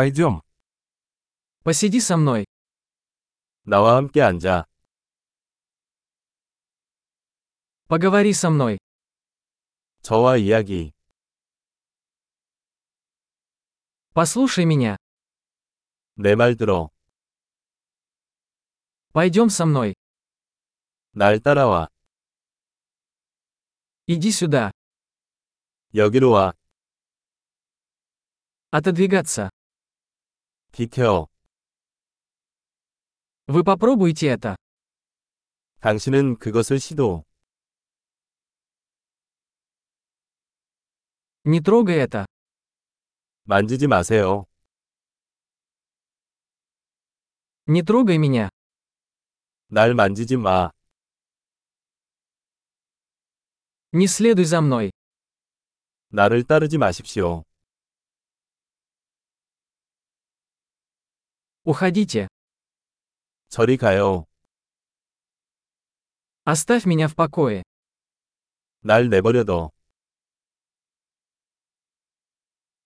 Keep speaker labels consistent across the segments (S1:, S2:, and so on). S1: Пойдем.
S2: Посиди со мной.
S1: 나와 함께 앉아.
S2: Поговори со мной.
S1: 저와 이야기.
S2: Послушай меня.
S1: 내 말 들어.
S2: Пойдем со мной.
S1: 날 따라와.
S2: Иди сюда.
S1: 여기로 와.
S2: Отодвигаться.
S1: 비켜.
S2: Вы попробуйте это.
S1: 당신은 그것을 시도.
S2: Не трогай это.
S1: 만지지 마세요.
S2: Не трогай меня.
S1: 날 만지지 마.
S2: Не следуй за мной.
S1: 나를 따르지 마십시오.
S2: Уходите.
S1: 저리 가요.
S2: Оставь меня в покое.
S1: 날 내버려둬.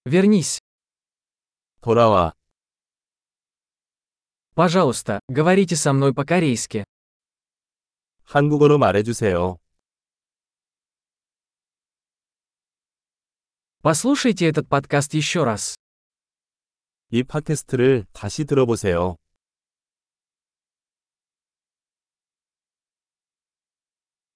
S2: Вернись.
S1: 돌아와.
S2: Пожалуйста, говорите со мной по-корейски.
S1: 한국어로 말해주세요.
S2: Послушайте этот подкаст еще раз.
S1: 이 팟캐스트를 다시 들어보세요.